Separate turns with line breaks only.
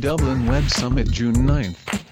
Dublin Web Summit June 9th.